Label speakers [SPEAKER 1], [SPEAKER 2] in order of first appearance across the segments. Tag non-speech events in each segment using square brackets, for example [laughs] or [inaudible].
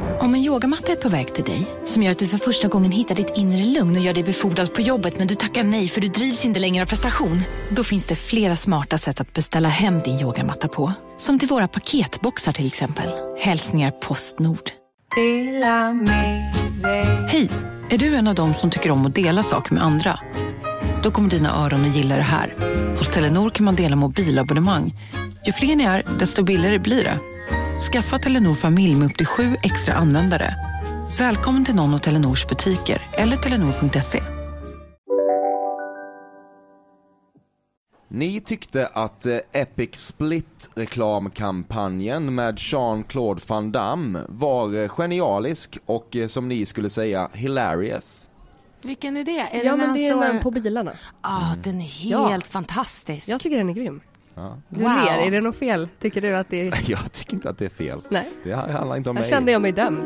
[SPEAKER 1] Om en yogamatta är på väg till dig, som gör att du för första gången hittar ditt inre lugn och gör dig befordrad på jobbet men du tackar nej för du drivs inte längre av prestation. Då finns det flera smarta sätt att beställa hem din yogamatta på. Som till våra paketboxar till exempel. Hälsningar Postnord.
[SPEAKER 2] Hej! Är du en av dem som tycker om att dela saker med andra? Då kommer dina öron att gilla det här. Hos Telenor kan man dela mobilabonnemang. Ju fler ni är, desto billigare blir det. Skaffa Telenor familj med upp till sju extra användare. Välkommen till någon av Telenors butiker eller telenor.se.
[SPEAKER 3] Ni tyckte att eh, Epic Split-reklamkampanjen med Jean-Claude Van Damme var eh, genialisk och eh, som ni skulle säga hilarious. [laughs]
[SPEAKER 4] Vilken är det? Är
[SPEAKER 5] Ja,
[SPEAKER 4] den alltså
[SPEAKER 5] men
[SPEAKER 4] han
[SPEAKER 5] det är
[SPEAKER 4] står-
[SPEAKER 5] namn på bilarna.
[SPEAKER 4] Ah, den är helt
[SPEAKER 5] Ja.
[SPEAKER 4] fantastisk.
[SPEAKER 5] Jag tycker den är grym.
[SPEAKER 3] Ja.
[SPEAKER 5] Du
[SPEAKER 4] Wow.
[SPEAKER 5] ler, är det något fel? Tycker du att
[SPEAKER 6] [laughs]
[SPEAKER 5] det är...
[SPEAKER 3] Jag tycker inte att det är fel.
[SPEAKER 5] Nej.
[SPEAKER 3] Det handlar inte om
[SPEAKER 5] Här
[SPEAKER 3] mig.
[SPEAKER 5] kände jag mig dömd.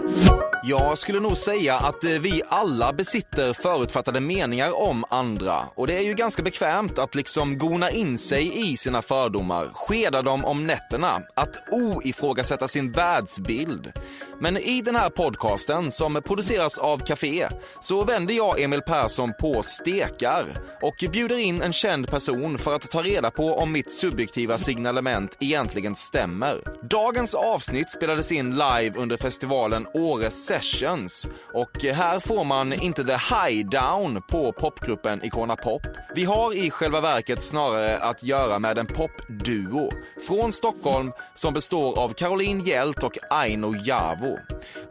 [SPEAKER 6] Jag skulle nog säga att eh, vi alla besitter förutfattade meningar om andra. Och det är ju ganska bekvämt att liksom gona in sig i sina fördomar, skeda dem om nätterna, att oifrågasätta sin världsbild. Men i den här podcasten som produceras av Café så vänder jag Emil Persson på stekar och bjuder in en känd person för att ta reda på om mitt subjektiva signalement egentligen stämmer. Dagens avsnitt spelades in live under festivalen Åre Sessions och här får man inte the high down på popgruppen Icona Pop. Vi har i själva verket snarare att göra med en popduo från Stockholm som består av Caroline Hjält och Aino Javo.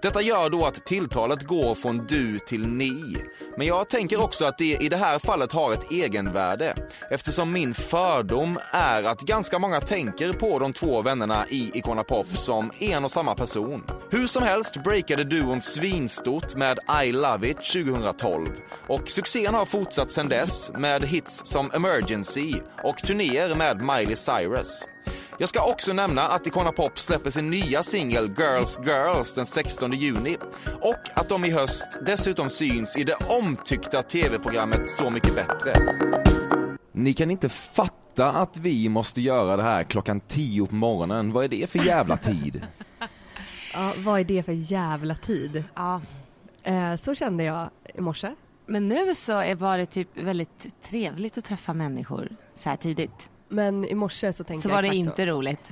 [SPEAKER 6] Detta gör då att tilltalet går från du till ni. Men jag tänker också att det i det här fallet har ett egenvärde eftersom min fördom är att ganska många tänker på de två vännerna i Icona Pop som en och samma person. Hur som helst breakade duon svinstort med I Love It 2012 och succén har fortsatt sedan dess med hits som Emergency och turnéer med Miley Cyrus. Jag ska också nämna att Icona Pop släpper sin nya singel Girls Girls den 16 juni och att de i höst dessutom syns i det omtyckta tv-programmet Så mycket bättre.
[SPEAKER 3] Ni kan inte fatta att vi måste göra det här klockan 10 på morgonen. Vad är det för jävla tid?
[SPEAKER 5] Ja, vad är det för jävla tid?
[SPEAKER 4] Ja.
[SPEAKER 5] Eh, så kände jag i morse.
[SPEAKER 4] Men nu så är- var det typ väldigt trevligt att träffa människor så här tidigt.
[SPEAKER 5] Men i morse så tänkte
[SPEAKER 4] Så
[SPEAKER 5] jag
[SPEAKER 4] var det
[SPEAKER 5] exakt
[SPEAKER 4] inte roligt.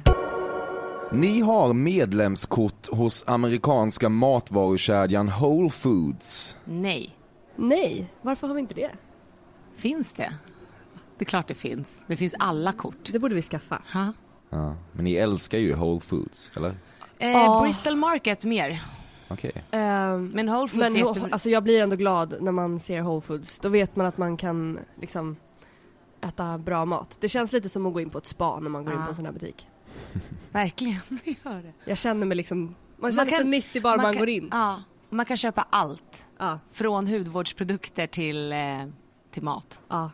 [SPEAKER 3] Ni har medlemskort hos amerikanska matvarukedjan Whole Foods.
[SPEAKER 4] Nej.
[SPEAKER 5] Nej, varför har vi inte det?
[SPEAKER 4] Finns det? Det är klart det finns. Det finns alla kort.
[SPEAKER 5] Det borde vi skaffa.
[SPEAKER 4] Ha?
[SPEAKER 3] Ja. Men ni älskar ju Whole Foods, eller?
[SPEAKER 4] Eh,
[SPEAKER 5] Ja.
[SPEAKER 4] Bristol Market mer.
[SPEAKER 3] Okej.
[SPEAKER 5] Ehm,
[SPEAKER 4] Men Whole Foods
[SPEAKER 5] men
[SPEAKER 4] är
[SPEAKER 5] ho-
[SPEAKER 4] jättebra.
[SPEAKER 5] alltså jag blir ändå glad när man ser Whole Foods. Då vet man att man kan liksom äta bra mat. Det känns lite som att gå in på ett spa när man går in
[SPEAKER 4] Ja.
[SPEAKER 5] på en sån här butik.
[SPEAKER 4] Verkligen, [laughs] det gör det.
[SPEAKER 5] Jag känner mig liksom, man känner sig
[SPEAKER 4] kan-
[SPEAKER 5] nyttig bara man,
[SPEAKER 4] kan-
[SPEAKER 5] går in.
[SPEAKER 4] Ja, och man kan köpa allt.
[SPEAKER 5] Ja,
[SPEAKER 4] Från hudvårdsprodukter till, eh, till mat.
[SPEAKER 5] ja.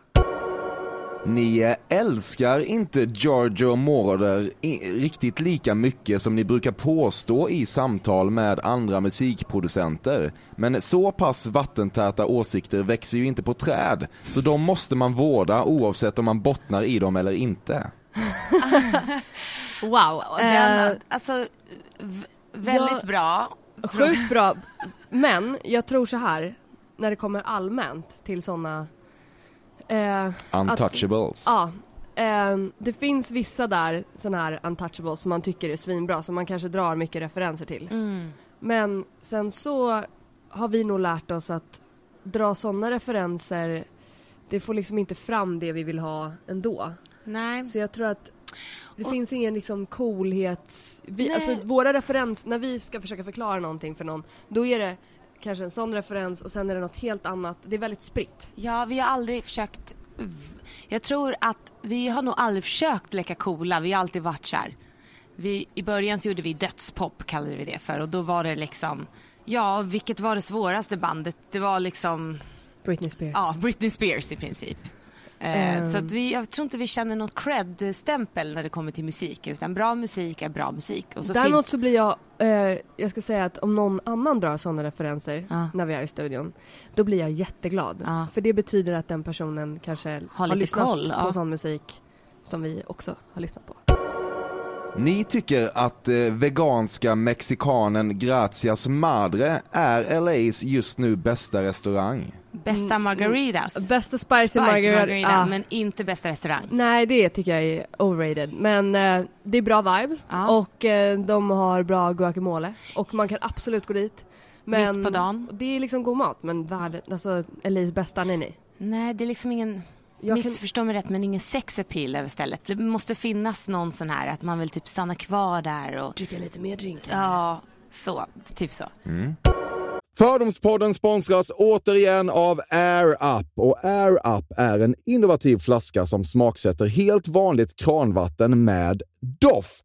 [SPEAKER 3] Ni eh, älskar inte Giorgio Moroder i- riktigt lika mycket som ni brukar påstå i samtal med andra musikproducenter. Men så pass vattentäta åsikter växer ju inte på träd, så de måste man vårda oavsett om man bottnar i dem eller inte.
[SPEAKER 5] Wow.
[SPEAKER 4] Och
[SPEAKER 5] Eh,
[SPEAKER 4] Den, alltså, v- väldigt
[SPEAKER 5] jag-
[SPEAKER 4] bra.
[SPEAKER 5] Sjukt bra. Men jag tror så här, när det kommer allmänt till såna... Eh,
[SPEAKER 3] Untouchables.
[SPEAKER 5] ja. Eh, det finns vissa där, såna här untouchables som man tycker är svinbra, som man kanske drar mycket referenser till. Men sen så har vi nog lärt oss att dra såna referenser, det får liksom inte fram det vi vill ha ändå.
[SPEAKER 4] Nej.
[SPEAKER 5] Så jag tror att det finns ingen liksom coolhets... Vi,
[SPEAKER 4] Nej.
[SPEAKER 5] alltså våra referens, när vi ska försöka förklara någonting för någon, då är det kanske en sån referens och sen är det något helt annat. Det är väldigt spritt.
[SPEAKER 4] Ja, vi har aldrig försökt... v- Jag tror att vi har nog aldrig försökt leka coola. Vi har alltid varit så här. Vi, I början så gjorde vi dödspop, kallade vi det för. Och då var det liksom... Ja, vilket var det svåraste bandet? Det var liksom...
[SPEAKER 5] Britney Spears.
[SPEAKER 4] Ja, Britney Spears i princip. Eh,
[SPEAKER 5] Ehm.
[SPEAKER 4] Så att vi, jag tror inte vi känner någon cred-stämpel när det kommer till musik. Utan bra musik är bra musik. Och så
[SPEAKER 5] Däremot
[SPEAKER 4] finns...
[SPEAKER 5] så blir jag, eh, jag ska säga att om någon annan drar sådana referenser
[SPEAKER 4] Ja.
[SPEAKER 5] när vi är i studion, då blir jag jätteglad.
[SPEAKER 4] Ja.
[SPEAKER 5] För det betyder att den personen kanske har,
[SPEAKER 4] lite
[SPEAKER 5] lyssnat
[SPEAKER 4] koll,
[SPEAKER 5] på
[SPEAKER 4] ja.
[SPEAKER 5] sån musik som vi också har lyssnat på.
[SPEAKER 7] Ni tycker att eh, veganska mexikanen Gracias Madre är LAs just nu bästa restaurang.
[SPEAKER 4] Bästa
[SPEAKER 5] Mm,
[SPEAKER 4] margaritas.
[SPEAKER 5] Bästa spicy,
[SPEAKER 4] Spice
[SPEAKER 5] margarita.
[SPEAKER 4] margarita,
[SPEAKER 5] ah.
[SPEAKER 4] men inte bästa restaurang.
[SPEAKER 5] Nej, det tycker jag är overrated. Men eh, det är bra vibe
[SPEAKER 4] Ja.
[SPEAKER 5] och eh, de har bra guacamole och man kan absolut gå dit. Men
[SPEAKER 4] Mitt på dagen.
[SPEAKER 5] Det är liksom god mat, men världen, alltså LAs bästa, nej nej.
[SPEAKER 4] Nej, det är liksom ingen...
[SPEAKER 5] Jag kan-
[SPEAKER 4] Missförstå mig rätt, men ingen sexappeal över stället. Det måste finnas någon sån här att man vill typ stanna kvar där och...
[SPEAKER 5] Dricka lite mer drinkar.
[SPEAKER 4] Ja, så. Typ så.
[SPEAKER 5] Mm.
[SPEAKER 6] Fördomspodden sponsras återigen av Air Up. Och Air Up är en innovativ flaska som smaksätter helt vanligt kranvatten med doft.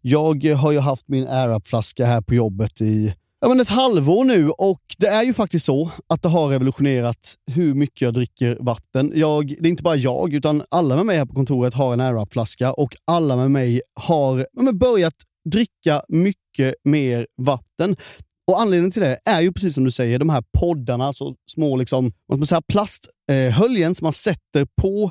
[SPEAKER 8] Jag eh, har ju haft min AirUp-flaska här på jobbet i ja, men ett halvår nu och det är ju faktiskt så att det har revolutionerat hur mycket jag dricker vatten. Jag, det är inte bara jag utan alla med mig här på kontoret har en AirUp-flaska och alla med mig har ja, men börjat dricka mycket mer vatten. Och anledningen till det är ju precis som du säger, de här poddarna, alltså små liksom, vad ska man säga, plasthöljen eh, höljen som man sätter på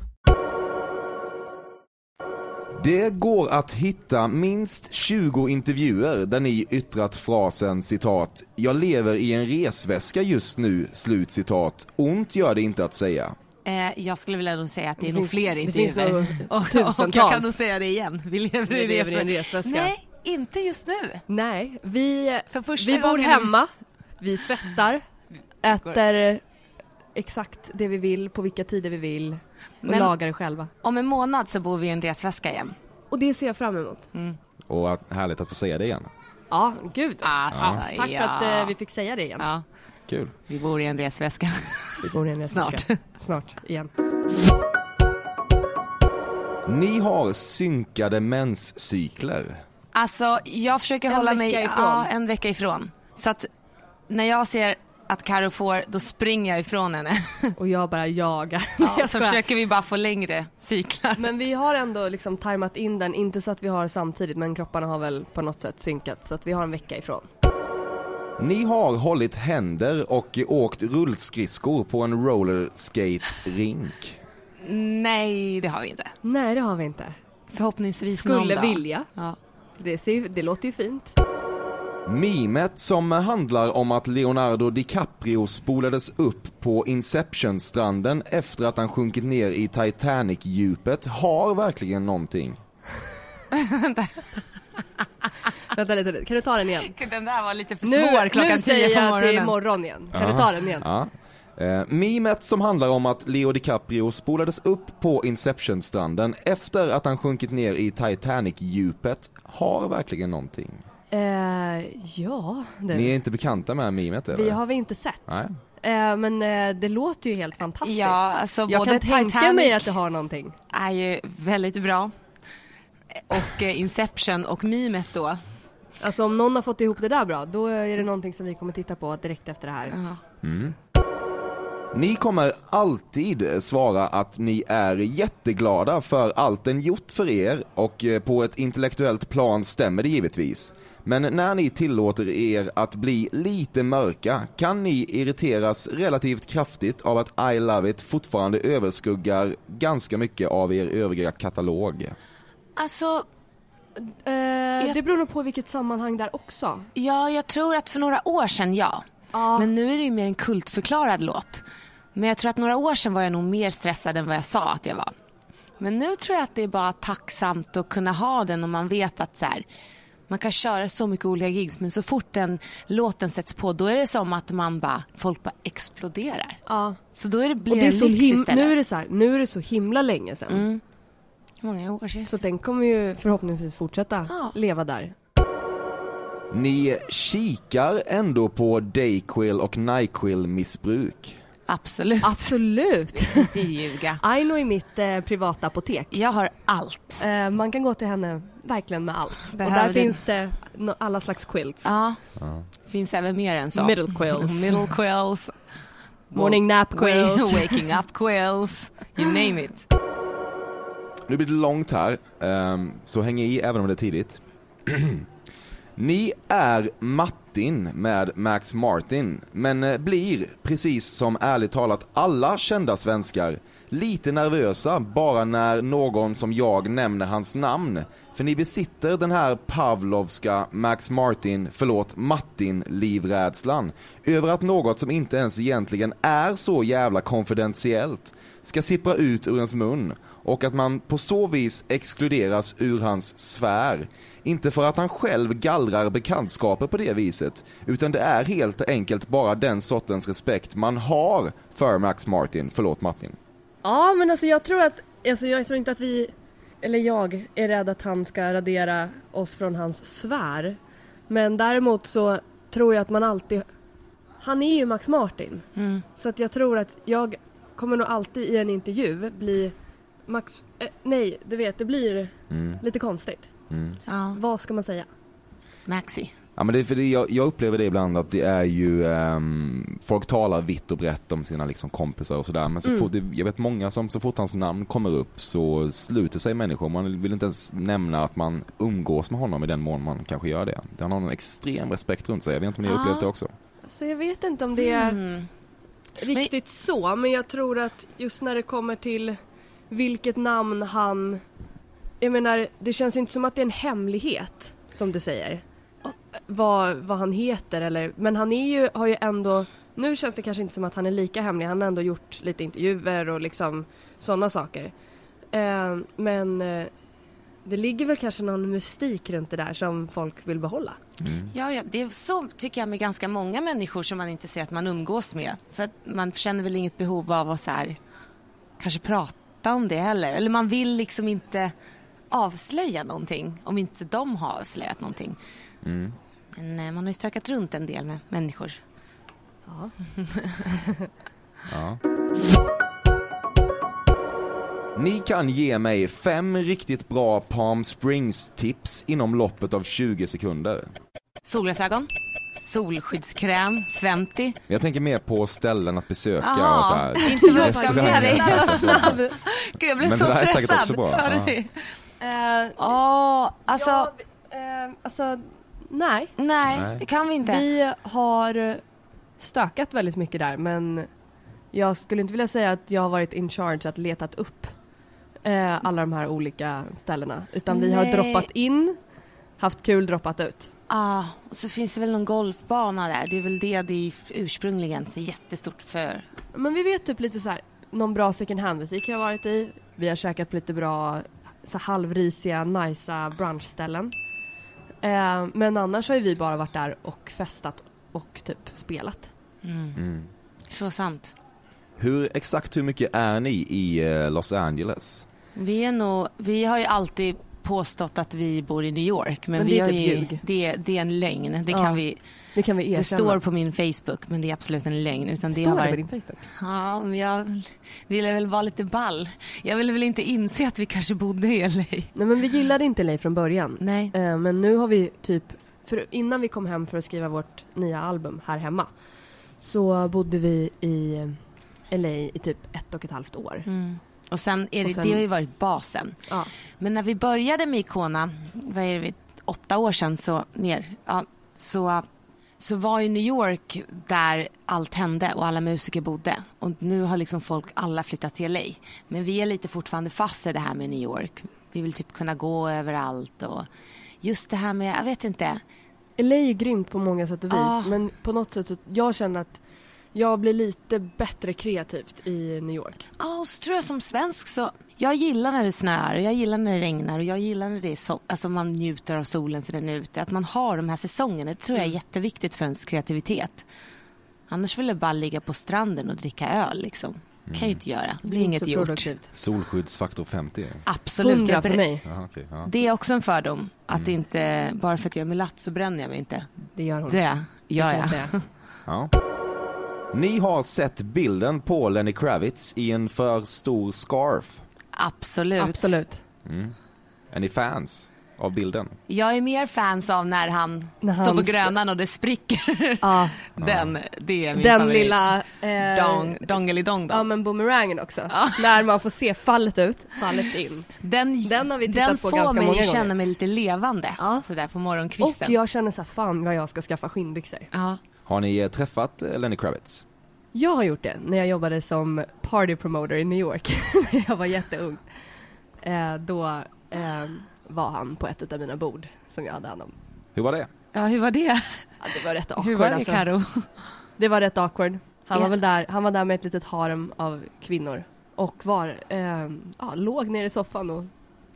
[SPEAKER 6] Det går att hitta minst 20 intervjuer där ni yttrat frasen citat “Jag lever i en resväska just nu” slut citat. Ont gör det inte att säga.
[SPEAKER 4] Eh, jag skulle vilja nog säga att det är
[SPEAKER 5] Det
[SPEAKER 4] nog
[SPEAKER 5] finns-
[SPEAKER 4] fler
[SPEAKER 5] det
[SPEAKER 4] intervjuer.
[SPEAKER 5] finns nog
[SPEAKER 4] [laughs] och, och jag
[SPEAKER 5] tusentals.
[SPEAKER 4] kan nog säga det igen. Vi lever
[SPEAKER 5] Vi
[SPEAKER 4] i
[SPEAKER 5] lever i en
[SPEAKER 4] resväska.
[SPEAKER 5] resväska.
[SPEAKER 4] Nej, inte just nu.
[SPEAKER 5] Nej, vi,
[SPEAKER 4] För första
[SPEAKER 5] vi bor
[SPEAKER 4] gången-
[SPEAKER 5] hemma, vi
[SPEAKER 4] [laughs]
[SPEAKER 5] tvättar, äter eh, exakt det vi vill, på vilka tider vi vill och
[SPEAKER 4] Men-
[SPEAKER 5] lagar det själva.
[SPEAKER 4] Om en månad så bor vi i en resväska igen.
[SPEAKER 5] Och det ser jag fram emot.
[SPEAKER 4] Mm.
[SPEAKER 6] Och att, härligt att få säga det igen.
[SPEAKER 5] Ja, gud.
[SPEAKER 4] Alltså,
[SPEAKER 5] Tack för att eh, vi fick säga det igen.
[SPEAKER 4] Ja,
[SPEAKER 6] Kul.
[SPEAKER 4] vi bor i en resväska. [laughs]
[SPEAKER 5] Vi bor i en resväska.
[SPEAKER 4] Snart.
[SPEAKER 5] Snart igen.
[SPEAKER 6] Ni har synkade menscykler.
[SPEAKER 4] Alltså, jag försöker
[SPEAKER 5] En
[SPEAKER 4] hålla
[SPEAKER 5] vecka
[SPEAKER 4] mig
[SPEAKER 5] ifrån.
[SPEAKER 4] Ja, en vecka ifrån. Så att när jag ser att Karo får, då springer jag ifrån henne.
[SPEAKER 5] Och jag bara [laughs] jagar.
[SPEAKER 4] Ja, [laughs]
[SPEAKER 5] Jag
[SPEAKER 4] så
[SPEAKER 5] skojar.
[SPEAKER 4] försöker vi bara få längre cyklar.
[SPEAKER 5] Men vi har ändå liksom tajmat in den, inte så att vi har samtidigt men kropparna har väl på något sätt synkat så att vi har en vecka ifrån.
[SPEAKER 6] Ni har hållit händer och åkt rullskridskor på en rollerskate-rink.
[SPEAKER 4] Nej, det har vi inte.
[SPEAKER 5] Nej det har vi inte.
[SPEAKER 4] Förhoppningsvis någon
[SPEAKER 5] Skulle
[SPEAKER 4] dag.
[SPEAKER 5] vilja.
[SPEAKER 4] Ja.
[SPEAKER 5] Det, ser, ju- det låter ju fint. [laughs]
[SPEAKER 6] Mimet som handlar om att Leonardo DiCaprio spolades upp på Inception-stranden efter att han sjunkit ner i Titanic-djupet har verkligen någonting.
[SPEAKER 5] Vänta lite nu, kan du ta den igen?
[SPEAKER 4] [laughs] Den där var lite för
[SPEAKER 5] Nu,
[SPEAKER 4] svår klockan
[SPEAKER 5] nu säger
[SPEAKER 4] tio på
[SPEAKER 5] jag att det
[SPEAKER 4] morgonen.
[SPEAKER 5] är morgon igen. Kan du ta den igen?
[SPEAKER 6] Ja. Eh, Mimet som handlar om att Leo DiCaprio spolades upp på Inception-stranden efter att han sjunkit ner i Titanic-djupet har verkligen någonting.
[SPEAKER 5] Eh, ja, du.
[SPEAKER 6] Ni är inte bekanta med mimet eller?
[SPEAKER 5] Vi har vi inte sett.
[SPEAKER 6] Nej.
[SPEAKER 5] Eh, men eh, det låter ju helt fantastiskt.
[SPEAKER 4] Ja, alltså
[SPEAKER 5] jag
[SPEAKER 4] både
[SPEAKER 5] kan tänka
[SPEAKER 4] Titanic
[SPEAKER 5] mig att det har någonting.
[SPEAKER 4] är ju väldigt bra. Och eh, Inception och mimet då.
[SPEAKER 5] Alltså om någon har fått ihop det där bra, då är det någonting som vi kommer titta på direkt efter det här.
[SPEAKER 6] Ni kommer alltid eh, svara att ni är jätteglada för allt den gjort för er och eh, på ett intellektuellt plan stämmer det givetvis. Men när ni tillåter er att bli lite mörka kan ni irriteras relativt kraftigt av att I Love It fortfarande överskuggar ganska mycket av er övriga katalog.
[SPEAKER 4] Alltså,
[SPEAKER 5] Eh, Det beror nog på vilket sammanhang där också.
[SPEAKER 4] ja, jag tror att för några år sedan, ja.
[SPEAKER 5] Ja.
[SPEAKER 4] Men nu är det ju mer en kultförklarad låt. Men jag tror att några år sedan var jag nog mer stressad än vad jag sa att jag var. Men nu tror jag att det är bara tacksamt att kunna ha den om man vet att så här, man kan köra så mycket olika gigs men så fort den låten sätts på då är det som att man bara, folk bara exploderar.
[SPEAKER 5] Ja.
[SPEAKER 4] Så då är det, blir
[SPEAKER 5] Och
[SPEAKER 4] det,
[SPEAKER 5] det är
[SPEAKER 4] en
[SPEAKER 5] så
[SPEAKER 4] lyx
[SPEAKER 5] him-
[SPEAKER 4] istället. Mm.
[SPEAKER 5] nu, är det så här, nu är det så himla länge sedan.
[SPEAKER 4] Hur många år sedan?
[SPEAKER 5] Så att den kommer ju förhoppningsvis fortsätta
[SPEAKER 4] Ja.
[SPEAKER 5] leva där.
[SPEAKER 6] Ni kikar ändå på Dayquil och Nyquil-missbruk.
[SPEAKER 4] Absolut. [laughs]
[SPEAKER 5] Absolut!
[SPEAKER 4] Inte ljuga.
[SPEAKER 5] Aino är mitt eh, privata apotek.
[SPEAKER 4] Jag har allt.
[SPEAKER 5] Eh, man kan gå till henne verkligen med allt.
[SPEAKER 4] Behöver
[SPEAKER 5] Och
[SPEAKER 4] du-
[SPEAKER 5] där finns det no- alla slags quilts.
[SPEAKER 4] Ja. Finns även mer än så.
[SPEAKER 5] Middle
[SPEAKER 4] [laughs]
[SPEAKER 5] quills.
[SPEAKER 4] Middle quills. [laughs]
[SPEAKER 5] Morning nap quills.
[SPEAKER 4] Waking up quills. You name it.
[SPEAKER 6] Nu blir det långt här, ehm, så häng i även om det är tidigt. [clears throat] Ni är Mattin med Max Martin, men eh, blir, precis som ärligt talat alla kända svenskar, lite nervösa bara när någon som jag nämner hans namn. För ni besitter den här Pavlovska Max Martin, förlåt Martin-livrädslan. Över att något som inte ens egentligen är så jävla konfidentiellt ska sippra ut ur ens mun och att man på så vis exkluderas ur hans sfär. Inte för att han själv gallrar bekantskaper på det viset, utan det är helt enkelt bara den sortens respekt man har för Max Martin, förlåt Martin.
[SPEAKER 5] Ja, men alltså jag tror att, alltså jag tror inte att vi, eller jag, är rädd att han ska radera oss från hans sfär. Men däremot så tror jag att man alltid, han är ju Max Martin. Så att jag tror att jag kommer nog alltid i en intervju bli Max, eh, nej du vet det blir lite konstigt.
[SPEAKER 4] Ja,
[SPEAKER 5] Vad ska man säga?
[SPEAKER 4] Maxi.
[SPEAKER 6] Ja, men det är för det, jag, jag upplever det ibland att det är ju, ehm, folk talar vitt och brett om sina liksom, kompisar och sådär men så fort, det- jag vet många som så fort hans namn kommer upp så sluter sig människor. Man vill inte ens nämna att man umgås med honom i den mån man kanske gör det. Han har en extrem respekt runt sig, jag vet inte om ni har
[SPEAKER 4] Ja.
[SPEAKER 6] upplevt det också?
[SPEAKER 5] Så Alltså jag vet inte om det är
[SPEAKER 4] Mm.
[SPEAKER 5] riktigt så, men jag tror att just när det kommer till vilket namn han... Jag menar, det känns ju inte som att det är en hemlighet, som du säger, vad, vad han heter eller... Men han är ju, har ju ändå... Nu känns det kanske inte som att han är lika hemlig, han har ändå gjort lite intervjuer och liksom sådana saker. Eh, men eh, det ligger väl kanske någon mystik runt det där som folk vill behålla.
[SPEAKER 6] Mm,
[SPEAKER 4] Ja, ja, det är så tycker jag med ganska många människor som man inte ser att man umgås med. För att man känner väl inget behov av att så här, kanske prata om det heller. Eller man vill liksom inte avslöja någonting om inte de har avslöjat någonting.
[SPEAKER 6] mm,
[SPEAKER 4] Men eh, man har ju stökat runt en del med människor.
[SPEAKER 6] Ni kan ge mig fem riktigt bra Palm Springs-tips inom loppet av 20 sekunder.
[SPEAKER 4] Solglasögon, solskyddskräm, 50.
[SPEAKER 6] Jag tänker mer på ställen att besöka
[SPEAKER 4] Aha,
[SPEAKER 6] och så här.
[SPEAKER 4] Inte [laughs] vad jag ska
[SPEAKER 6] Restauranger.
[SPEAKER 4] med dig. [laughs] Gud, jag blev
[SPEAKER 6] Men
[SPEAKER 4] så
[SPEAKER 6] det här är säkert
[SPEAKER 4] stressad.
[SPEAKER 6] också bra.
[SPEAKER 4] Hörde
[SPEAKER 6] Ja.
[SPEAKER 4] ni? Åh, alltså,
[SPEAKER 5] ja, vi- eh, alltså, nej.
[SPEAKER 4] nej,
[SPEAKER 6] Nej.
[SPEAKER 4] det kan vi inte.
[SPEAKER 5] Vi har stökat väldigt mycket där men jag skulle inte vilja säga att jag har varit in charge att letat upp eh, alla de här olika ställena utan vi har
[SPEAKER 4] Nej.
[SPEAKER 5] droppat in, haft kul, droppat ut.
[SPEAKER 4] Ja, Ah, och så finns det väl någon golfbana där. Det är väl det det ursprungligen ser jättestort för.
[SPEAKER 5] Men vi vet typ lite så här, någon bra second hand butik har jag varit i, vi har käkat på lite bra så här halvrisiga, najsa brunchställen. Eh, men annars har ju vi bara varit där och festat och typ spelat. Mm.
[SPEAKER 4] Så sant.
[SPEAKER 6] Mm. Hur, exakt hur mycket är ni i eh, Los Angeles?
[SPEAKER 4] Vi, är nog, vi har ju alltid påstått att vi bor i New York. Men,
[SPEAKER 5] Men
[SPEAKER 4] vi
[SPEAKER 5] det är
[SPEAKER 4] har
[SPEAKER 5] typ
[SPEAKER 4] ju,
[SPEAKER 5] ljug.
[SPEAKER 4] det, det är en lögn. Det,
[SPEAKER 5] Ja,
[SPEAKER 4] kan vi,
[SPEAKER 5] Det kan vi erkänna.
[SPEAKER 4] det står på min Facebook men det är absolut en lögn. Utan det
[SPEAKER 5] Står
[SPEAKER 4] har
[SPEAKER 5] det
[SPEAKER 4] varit,
[SPEAKER 5] på din Facebook?
[SPEAKER 4] Ja, men jag ville väl vara lite ball. Jag ville väl inte inse att vi kanske bodde i LA.
[SPEAKER 5] Nej men vi gillade inte Lay från början.
[SPEAKER 4] Nej.
[SPEAKER 5] Eh, men nu har vi typ, för innan vi kom hem för att skriva vårt nya album här hemma så bodde vi i LA i typ ett och ett halvt år.
[SPEAKER 4] Mm. Och sen, är det,
[SPEAKER 5] Mm. Och sen-
[SPEAKER 4] det har ju varit basen.
[SPEAKER 5] Ja.
[SPEAKER 4] Men när vi började med Icona, vad är det, åtta år sedan så mer, ja, så, så var ju New York där allt hände och alla musiker bodde. Och nu har liksom folk alla flyttat till LA. Men vi är lite fortfarande fast i det här med New York. Vi vill typ kunna gå överallt och just det här med, jag vet inte.
[SPEAKER 5] LA är grymt på många sätt och vis
[SPEAKER 4] Ah.
[SPEAKER 5] men på något sätt så jag känner att jag blir lite bättre kreativt i New York.
[SPEAKER 4] Ja, och så tror jag som svensk så, jag gillar när det snöar och jag gillar när det regnar och jag gillar när det är sol, alltså man njuter av solen för den är ute. Att man har de här säsongerna, det tror
[SPEAKER 5] Mm.
[SPEAKER 4] jag är jätteviktigt för ens kreativitet. Annars vill jag bara ligga på stranden och dricka öl liksom. kan jag
[SPEAKER 5] Mm.
[SPEAKER 4] ju inte göra, det blir inget
[SPEAKER 5] Så
[SPEAKER 4] gjort.
[SPEAKER 5] produktivt.
[SPEAKER 6] Mm. Solskyddsfaktor 50?
[SPEAKER 4] Absolut.
[SPEAKER 5] Hundra
[SPEAKER 4] Jag
[SPEAKER 5] för
[SPEAKER 4] ber-
[SPEAKER 5] mig. Mm.
[SPEAKER 6] Jaha, okej, ja.
[SPEAKER 4] det är också en fördom, att inte, bara för att jag är mulatt så bränner jag mig inte.
[SPEAKER 5] Det gör hon.
[SPEAKER 4] Det gör
[SPEAKER 5] kan jag
[SPEAKER 4] jag.
[SPEAKER 5] säga.
[SPEAKER 6] Ja. Ni har sett bilden på Lenny Kravitz i en för stor scarf. Mm.
[SPEAKER 4] Absolut.
[SPEAKER 5] Absolut.
[SPEAKER 6] Är ni fans av bilden?
[SPEAKER 4] Jag är mer fans av när han
[SPEAKER 5] När
[SPEAKER 4] står på
[SPEAKER 5] hans-
[SPEAKER 4] Grönan och det spricker.
[SPEAKER 5] Ja,
[SPEAKER 4] Den, det är min
[SPEAKER 5] den
[SPEAKER 4] favorit.
[SPEAKER 5] lilla eh,
[SPEAKER 4] Dong, dongelidong då.
[SPEAKER 5] Ja men boomerangen också. [laughs] När man får se fallet ut, fallet in.
[SPEAKER 4] den,
[SPEAKER 5] den har vi tittat
[SPEAKER 4] den
[SPEAKER 5] på
[SPEAKER 4] får
[SPEAKER 5] ganska
[SPEAKER 4] mig
[SPEAKER 5] många
[SPEAKER 4] att
[SPEAKER 5] gånger.
[SPEAKER 4] känna mig lite levande.
[SPEAKER 5] Ja.
[SPEAKER 4] Sådär på morgonkvisten.
[SPEAKER 5] Och jag känner såhär, fan vad jag ska skaffa skinnbyxor.
[SPEAKER 4] ja.
[SPEAKER 6] Har ni eh, träffat eh, Lenny Kravitz?
[SPEAKER 5] Jag har gjort det när jag jobbade som party promoter i New York [laughs] när jag var jätteung. Eh, då eh, var han på ett av mina bord som jag hade hand om.
[SPEAKER 6] Hur var det?
[SPEAKER 1] Ja, hur var det?
[SPEAKER 5] Ja, det var rätt awkward
[SPEAKER 1] hur var det,
[SPEAKER 5] alltså.
[SPEAKER 1] Karo?
[SPEAKER 5] Det var rätt awkward. Han
[SPEAKER 1] Ja.
[SPEAKER 5] var väl där, han var där med ett litet harem av kvinnor och var, eh, ja, låg ner i soffan och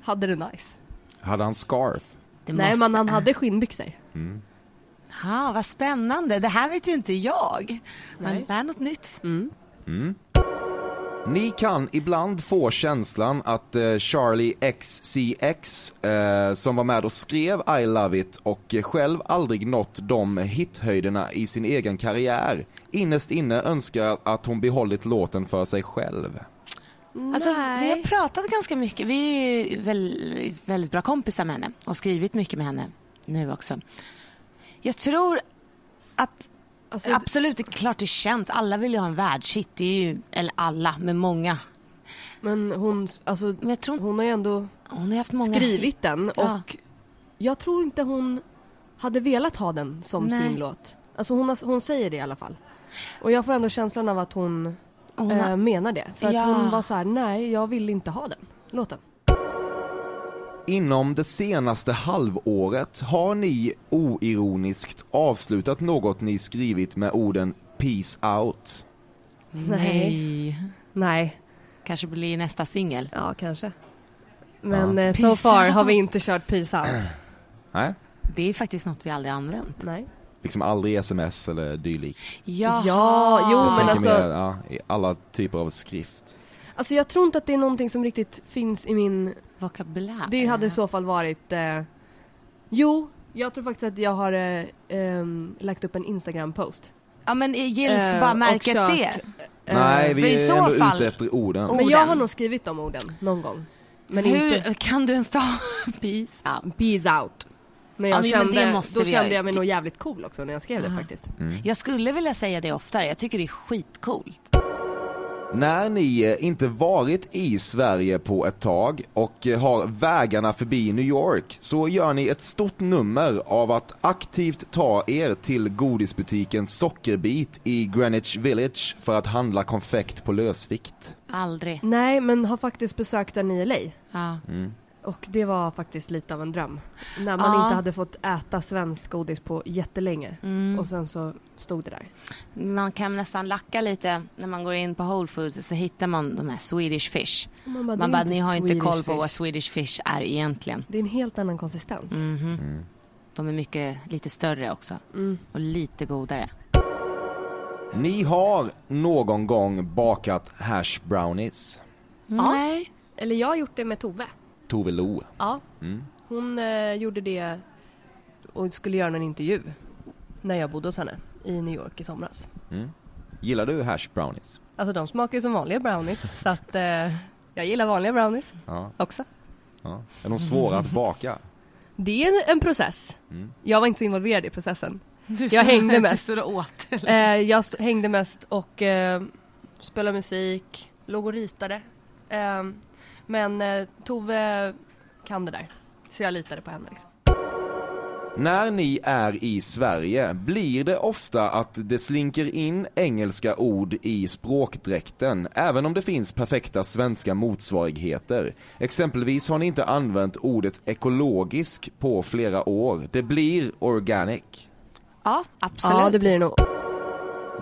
[SPEAKER 5] hade det nice.
[SPEAKER 6] Hade han scarf? Mm.
[SPEAKER 4] Det
[SPEAKER 5] Nej
[SPEAKER 4] måste-
[SPEAKER 5] men han hade skinnbyxor.
[SPEAKER 4] Ja, vad spännande. Det här vet ju inte jag. Man
[SPEAKER 5] Nej.
[SPEAKER 4] lär något nytt.
[SPEAKER 6] Mm. Ni kan ibland få känslan att eh, Charlie XCX, eh, som var med och skrev I Love It och eh, själv aldrig nått de hithöjderna i sin egen karriär, innerst inne önskar att hon behållit låten för sig själv.
[SPEAKER 5] Mm,
[SPEAKER 4] Alltså, vi har pratat ganska mycket. Vi är ju väl, väldigt bra kompisar med henne och skrivit mycket med henne nu också. Jag tror att
[SPEAKER 5] Alltså,
[SPEAKER 4] absolut, det är klart det känns. Alla vill ju ha en världshit. Det är ju, eller alla, men många.
[SPEAKER 5] men hon, alltså,
[SPEAKER 4] Men jag tror inte-
[SPEAKER 5] hon har ju ändå
[SPEAKER 4] hon har haft många
[SPEAKER 5] skrivit den och
[SPEAKER 4] Ja.
[SPEAKER 5] jag tror inte hon hade velat ha den som
[SPEAKER 4] Nej.
[SPEAKER 5] sin låt. Alltså hon, har, hon säger det i alla fall. Och jag får ändå känslan av att hon,
[SPEAKER 4] Hon har-
[SPEAKER 5] eh, menar det. För att
[SPEAKER 4] Ja.
[SPEAKER 5] hon var så här: nej jag vill inte ha den låten.
[SPEAKER 6] Inom det senaste halvåret har ni oironiskt avslutat något ni skrivit med orden Peace out.
[SPEAKER 4] Nej.
[SPEAKER 5] Nej,
[SPEAKER 4] Kanske blir nästa singel.
[SPEAKER 5] ja kanske. Men eh, so
[SPEAKER 4] Peace
[SPEAKER 5] far
[SPEAKER 4] out.
[SPEAKER 5] har vi inte kört Peace
[SPEAKER 4] [clears throat]
[SPEAKER 5] Out.
[SPEAKER 6] Nej,
[SPEAKER 4] Det är faktiskt något vi aldrig använt.
[SPEAKER 5] Nej.
[SPEAKER 6] Äh? liksom aldrig sms eller dylikt.
[SPEAKER 4] Jaha.
[SPEAKER 5] Ja, jo,
[SPEAKER 6] Jag
[SPEAKER 5] men
[SPEAKER 6] tänker
[SPEAKER 5] alltså-
[SPEAKER 6] mer ja, i alla typer av skrift.
[SPEAKER 5] Alltså jag tror inte att det är någonting som riktigt finns i min
[SPEAKER 4] Vokabulär.
[SPEAKER 5] Det hade i så fall varit... Eh, jo, jag tror faktiskt att jag har eh, ehm, lagt upp en Instagram-post.
[SPEAKER 4] Ja, men gills
[SPEAKER 5] Eh,
[SPEAKER 4] bara
[SPEAKER 5] och
[SPEAKER 4] märket
[SPEAKER 5] kört,
[SPEAKER 4] det.
[SPEAKER 5] Eh,
[SPEAKER 6] Nej,
[SPEAKER 4] för
[SPEAKER 6] vi
[SPEAKER 4] i
[SPEAKER 6] är
[SPEAKER 4] så
[SPEAKER 6] ändå
[SPEAKER 4] fall-
[SPEAKER 6] ute efter orden.
[SPEAKER 5] Men jag
[SPEAKER 4] orden.
[SPEAKER 5] har nog skrivit de orden någon gång. Men
[SPEAKER 4] Hur
[SPEAKER 5] inte
[SPEAKER 4] kan du ens ta [laughs] peace out?
[SPEAKER 5] peace out. Men jag
[SPEAKER 4] men- men
[SPEAKER 5] kände,
[SPEAKER 4] det måste
[SPEAKER 5] då
[SPEAKER 4] vi Ah.
[SPEAKER 5] kände
[SPEAKER 4] göra.
[SPEAKER 5] jag mig nog jävligt cool också när jag skrev det faktiskt.
[SPEAKER 6] Mm.
[SPEAKER 4] Jag skulle vilja säga det oftare. Jag tycker det är skitcoolt.
[SPEAKER 6] När ni eh, inte varit i Sverige på ett tag och eh, har vägarna förbi New York så gör ni ett stort nummer av att aktivt ta er till godisbutiken Sockerbit i Greenwich Village för att handla konfekt på lösvikt.
[SPEAKER 4] Aldrig.
[SPEAKER 5] Nej, men har faktiskt besökt den i LA.
[SPEAKER 4] Ja.
[SPEAKER 5] Och det var faktiskt lite av en dröm. När man
[SPEAKER 4] Ja.
[SPEAKER 5] inte hade fått äta svenskt godis på jättelänge.
[SPEAKER 4] Mm.
[SPEAKER 5] Och sen så stod det där. Mm.
[SPEAKER 4] Man kan nästan lacka lite när man går in på Whole Foods så hittar man de här Swedish Fish.
[SPEAKER 5] Man bara,
[SPEAKER 4] Man
[SPEAKER 5] det är
[SPEAKER 4] bara,
[SPEAKER 5] inte
[SPEAKER 4] ni har inte
[SPEAKER 5] Swedish
[SPEAKER 4] koll på
[SPEAKER 5] fish.
[SPEAKER 4] vad Swedish Fish är egentligen. Mhm.
[SPEAKER 5] Det är en helt annan konsistens. Mm.
[SPEAKER 4] De är mycket, lite större också. Och lite godare.
[SPEAKER 6] Ni har någon gång bakat hash brownies.
[SPEAKER 4] Mm.
[SPEAKER 5] [laughs]
[SPEAKER 4] Nej.
[SPEAKER 5] Eller jag har gjort det med Tove.
[SPEAKER 6] Tove Lo.
[SPEAKER 5] Ja. Hon eh, gjorde det och skulle göra en intervju när jag bodde hos henne i New York i somras.
[SPEAKER 6] Gillar du hash brownies?
[SPEAKER 5] Alltså de smakar ju som vanliga brownies så att eh, jag gillar vanliga brownies
[SPEAKER 6] Ja.
[SPEAKER 5] också.
[SPEAKER 6] ja. Är de svåra att baka?
[SPEAKER 5] Det är en, en process. Jag var inte så involverad i processen. Jag hängde mest.
[SPEAKER 4] Du åt.
[SPEAKER 5] Eh, jag st- hängde mest och eh, spelade musik, låg och ritade. Eh, men eh, Tove kan det där. Så jag litade på henne. Liksom.
[SPEAKER 6] När ni är i Sverige blir det ofta att det slinker in engelska ord i språkdräkten, även om det finns perfekta svenska motsvarigheter. Exempelvis har ni inte använt ordet ekologisk på flera år. Det blir organic.
[SPEAKER 4] Ja, absolut.
[SPEAKER 5] blir det nog.